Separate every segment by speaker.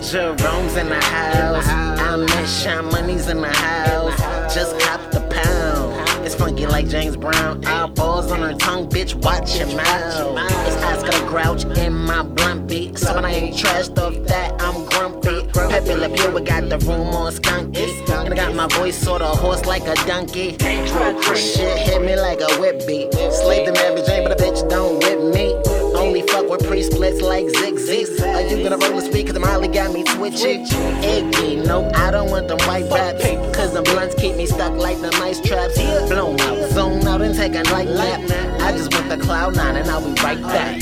Speaker 1: Jerome's in the house. I'm at Sean Money's in the house. Just cop the pound. It's funky like James Brown. Eyeballs on her tongue, bitch. Watch your mouth. It's eyes got a grouch in my blunt beat. So when I ain't trashed off that, I'm grumpy. Pepe Le Pew, we got the room on skunky. And I got my voice sort of hoarse like a donkey. Shit hit me like a whip beat. Slate the average Jane, but a bitch don't whip me. Only fuck with pre-splits like Zig Zig's. Are you gonna roll this week? Cause the Molly got me twitchy. Eggy, no, I don't want them white raps. Cause the blunts keep me stuck like the nice traps. Blown out, zone out, and take a light lap. I just want the cloud nine, and I'll be right back.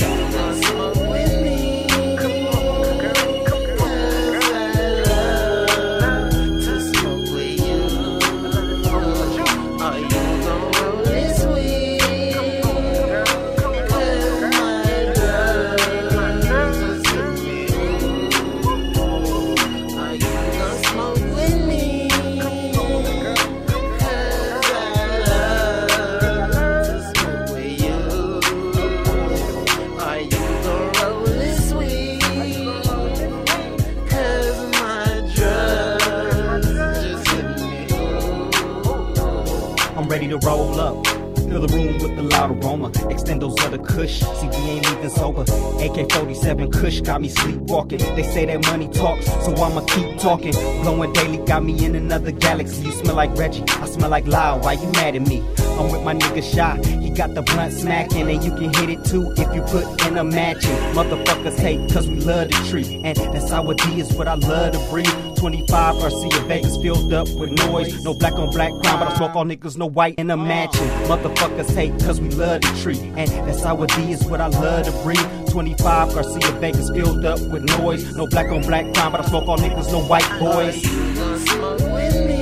Speaker 2: ready to roll up. Fill the room with the loud aroma. Extend those other cush. See, we ain't even sober. AK 47 Kush got me sleepwalking. They say that money talks, so I'ma keep talking. Blowing daily got me in another galaxy. You smell like Reggie, I smell like Lyle. Why you mad at me? I'm with my nigga Shy. He got the blunt smacking, and you can hit it too if you put in a matching. Motherfuckers hate, cause we love the tree. And that's our D is what I love to breathe. 25 Arcia Vegas filled up with noise. No black on black crime, but I smoke all niggas, no white in a matching. Motherfuckers hate, cause we love the tree. And that's our D is what I love to breathe. 25 Garcia Vegas filled up with noise. No black on black crime, but I smoke all niggas, no white boys.